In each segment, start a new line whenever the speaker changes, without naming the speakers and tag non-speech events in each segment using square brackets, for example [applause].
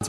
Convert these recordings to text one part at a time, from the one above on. It's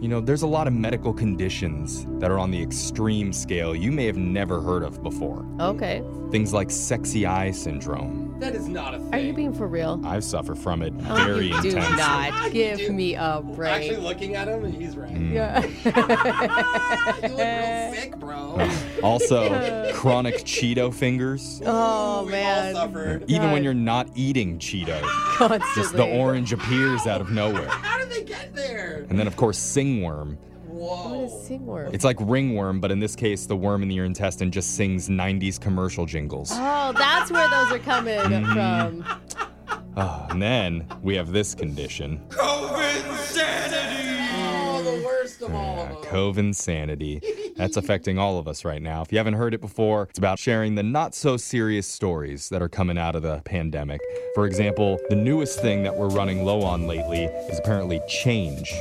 You know, there's a lot of medical conditions that are on the extreme scale you may have never heard of before.
Okay.
Things like sexy eye syndrome.
That is not a thing.
Are you being for real?
I suffer from it
Oh,
very
you do
intensely.
Ah, you
not. Give
do.
me a
We're actually
break.
looking at him, and he's right.
Mm.
Yeah. [laughs]
Ah, you look real sick,
[laughs]
bro.
[laughs]
Also, chronic Cheeto fingers.
Oh,
Ooh, we've
man. [laughs]
all suffered.
Even when
God.
you're not eating Cheeto,
Constantly.
just the orange appears out of nowhere.
How did they get there?
And then, of course, singworm.
Whoa.
What is singworm?
It's like ringworm, but in this case, the worm in your intestine just sings 90s commercial jingles.
Oh, that's where those are coming
Mm-hmm.
from.
Ah, and then we have this condition
COVID sanity. Oh, the worst of all
uh,
of them.
Cove Insanity.
[laughs]
That's affecting all of us right now. If you haven't heard it before, it's about sharing the not so serious stories that are coming out of the pandemic. For example, the newest thing that we're running low on lately is apparently change.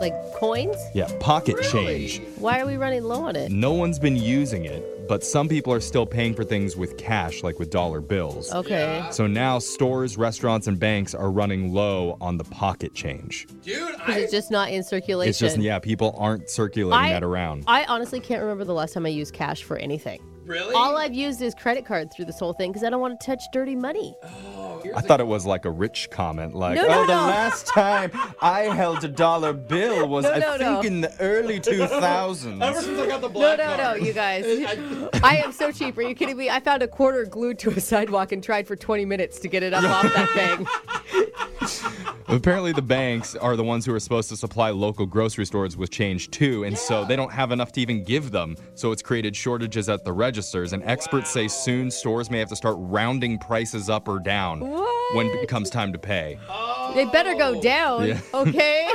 Like coins?
Yeah, pocket change.
Why are we running low on it?
No one's been using it, but some people are still paying for things with cash, like with dollar bills.
Okay.
So now stores, restaurants, and banks are running low on the pocket change.
Dude,
Because
I
it's just not in circulation.
It's just, yeah, people aren't circulating
I-
that around.
I honestly can't remember the last time I used cash for anything.
really.
All I've used is credit card through this whole thing because I don't want to touch dirty money.
Oh, here's
I thought it was like a rich comment, like,
No, no,
oh, the
no.
last time I held a dollar bill was,
No,
I
no,
think,
no.
in the early 2000s.
a- Ever since I got the
No,
black
no, no,
card.
you guys.
[laughs] I-
[laughs] I am so cheap. Are you kidding me? I found a quarter glued to a sidewalk and tried for 20 minutes to get it up off that
[laughs]
thing.
Apparently, the banks are the ones who are supposed to supply local grocery stores with change too, and so they don't have enough to even give them. So it's created shortages at the registers, and experts say soon stores may have to start rounding prices up or down when it comes time to pay.
They better
Oh.
go down,
Yeah.
[laughs]
[laughs]
okay?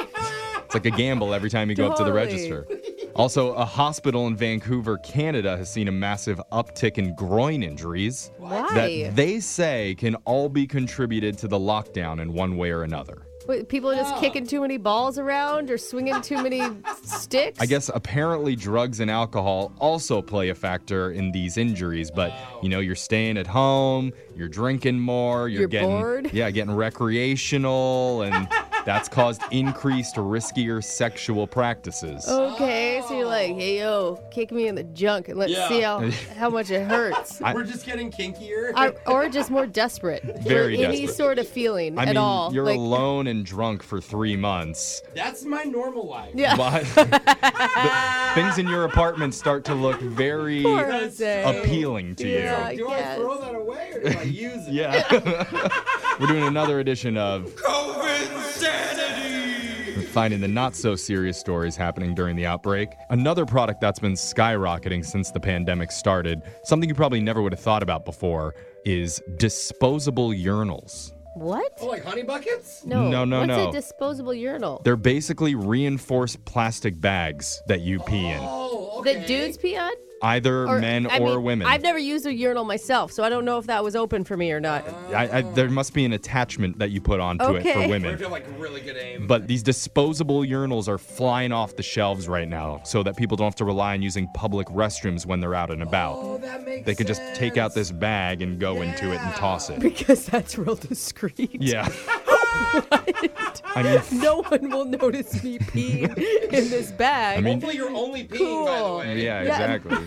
It's like a gamble every time you go up to the
Totally.
register. Also, a hospital in Vancouver, Canada has seen a massive uptick in groin injuries
Why?
that they say can all be contributed to the lockdown in one way or another.
Wait, people are just kicking too many balls around or swinging too
[laughs]
many sticks?
I guess apparently drugs and alcohol also play a factor in these injuries, but you know, you're staying at home, you're drinking more, you're,
You're
getting
bored.
yeah, getting recreational and that's caused increased riskier sexual practices.
Okay, so you're like, hey, yo, kick me in the junk and let's
Yeah.
[laughs]
see how, how much it hurts.
I-
We're just getting kinkier.
I, or just more desperate.
Very
for Any
desperate.
sort of feeling
I
at
mean,
all.
you're
like,
alone and drunk for 3 months.
That's my normal life.
Yeah. [laughs]
But the- [laughs] things in your apartment start to look very
Poor
That's
Jose.
appealing to
Yeah.
you.
I
do I
guess.
throw that away
[laughs]
or do I use it?
Yeah. [laughs] We're doing another edition of
COVID sanity.
finding the not so serious stories happening during the outbreak. Another product that's been skyrocketing since the pandemic started, something you probably never would have thought about before, is disposable urinals.
what?
Oh, like honey buckets?
No,
No, no,
What's
no.
a disposable urinal?
They're basically reinforced plastic bags that you pee in,
Oh, okay.
That dudes pee on?
either men
I
or
mean,
women.
I've never used a urinal myself, so I don't know if that was open for me or not. [laughs]
I, I, there must be an attachment that you put onto it for
Okay.
Or if
women.
you have like really good aim.
But these disposable urinals are flying off the shelves right now so that people don't have to rely on using public restrooms when they're out and about.
oh, that makes
They can just take out this bag and go into it and toss it.
because that's real discreet.
[laughs] Yeah. I mean,
[laughs] No one will notice me
[laughs]
peeing in this bag.
I mean-
Hopefully, you're only peeing, by the
Cool.
way.
yeah,
Yeah.
exactly.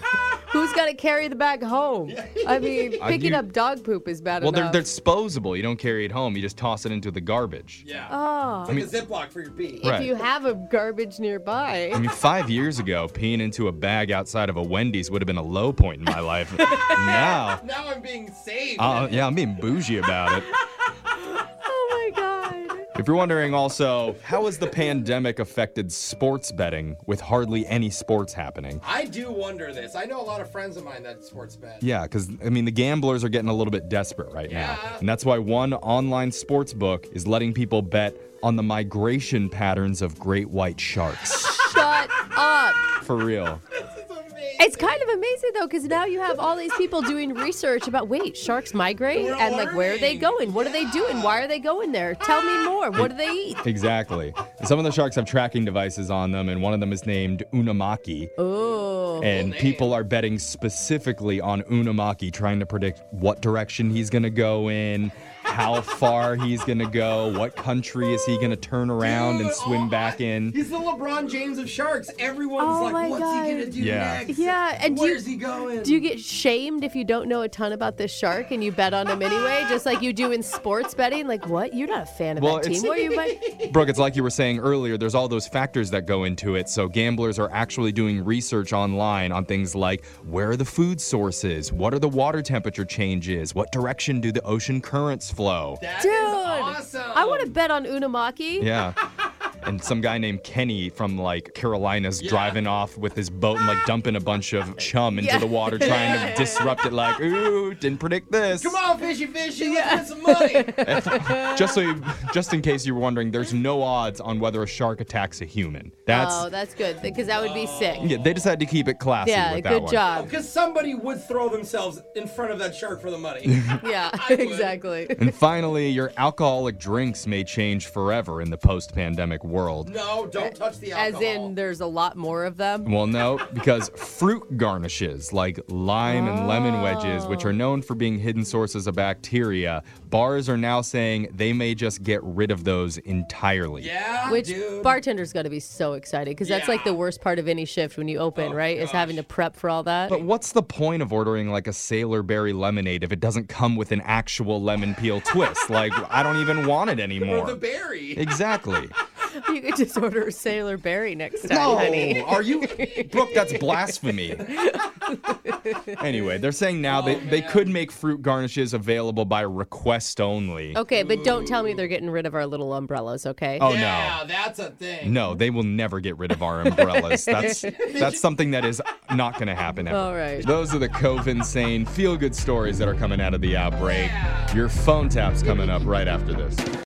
Who's gonna carry the bag home?
[laughs]
I mean,
Uh,
picking
you-
up dog poop is bad
Well, they're,
enough.
they're disposable. You don't carry it home. You just toss it into the garbage.
Yeah.
oh,
It's like a Ziploc for your pee.
Right.
if you have a garbage nearby.
I mean, five years ago, peeing into a bag outside of a Wendy's would have been a low point in my [laughs] life. now,
Now I'm being saved.
uh, yeah, I'm being bougie about it.
oh my god.
If you're wondering also, how has the pandemic affected sports betting with hardly any sports happening?
I do wonder this. I know a lot of friends of mine that sports bet.
Yeah, because I mean the gamblers are getting a little bit desperate right now,
Yeah.
and that's why one online sports book is letting people bet on the migration patterns of great white sharks.
Shut up.
For real,
It's amazing.
It's kind of amazing though, because now you have all these people doing research about wait, sharks migrate
We're
and like where are they
learning.
going? What are they doing? Why are they going there? Tell me more. What do they eat?
exactly. And Some of the sharks have tracking devices on them, and one of them is named Unamaki,
Oh,
and
name.
people are betting specifically on Unamaki, trying to predict what direction he's gonna go in,
[laughs]
how far he's going to go, what country is he going to turn around and
Dude,
swim
oh
back
my-
in.
He's the LeBron James of sharks. Everyone's
Oh my
like, what's he gonna
God.
do
Yeah.
next?
Yeah, and do you-
where's he going?
Do you get shamed if you don't know a ton about this shark and you bet on him anyway, just like you do in sports betting? Like, what? You're not a fan of
Well,
that
it's-
team. What are you
[laughs]
bet-
Brooke, it's like you were saying earlier, there's all those factors that go into it. So gamblers are actually doing research online on things like where are the food sources? What are the water temperature changes? What direction do the ocean currents flow?
That is
Dude,
awesome.
I want to bet on Unamaki.
Yeah. And some guy named Kenny from like Carolina's driving off with his boat and like dumping a bunch of chum into
Yeah.
the water, trying
Yeah.
to disrupt it. Like, ooh, didn't predict this.
Come on, fishy fishy, let's get
[laughs]
some money.
Just so, you, just in case you were wondering, there's no odds on whether a shark attacks a human. That's
oh, that's good because that would be sick.
yeah. They decided to keep it classy.
Yeah,
with that
good
one.
job.
Because somebody would throw themselves in front of that shark for
[laughs]
the money. [laughs]
Yeah,
would.
exactly.
And finally, your alcoholic drinks may change forever in the post-pandemic world.
no, don't touch the
As
alcohol.
in, there's a lot more of them.
Well, no, because fruit garnishes like lime and lemon wedges, which are known for being hidden sources of bacteria, bars are now saying they may just get rid of those entirely.
yeah,
Which
Ah, dude.
bartender's got to be so excited because that's like
Yeah.
the worst part of any shift when you open,
Oh,
right? Is having to
gosh.
prep for all that.
But what's the point of ordering like a sailor berry lemonade if it doesn't come with an actual lemon peel twist? Like, I don't even want it
or the [laughs]
anymore.
berry.
Exactly.
[laughs] you could just order a Sailor Berry next time,
No,
honey.
are you, Brooke? That's blasphemy. anyway, they're saying now they, they could make fruit garnishes available by request only.
Okay, but don't tell me they're getting rid of our little umbrellas, okay?
Oh
yeah, that's a
[laughs]
thing.
no, no, they will never get rid of our
[laughs]
umbrellas. That's that's something that is not going to happen ever.
All right.
Those are the cove insane feel good stories that are coming out of the outbreak. Your phone tap's coming up right after this.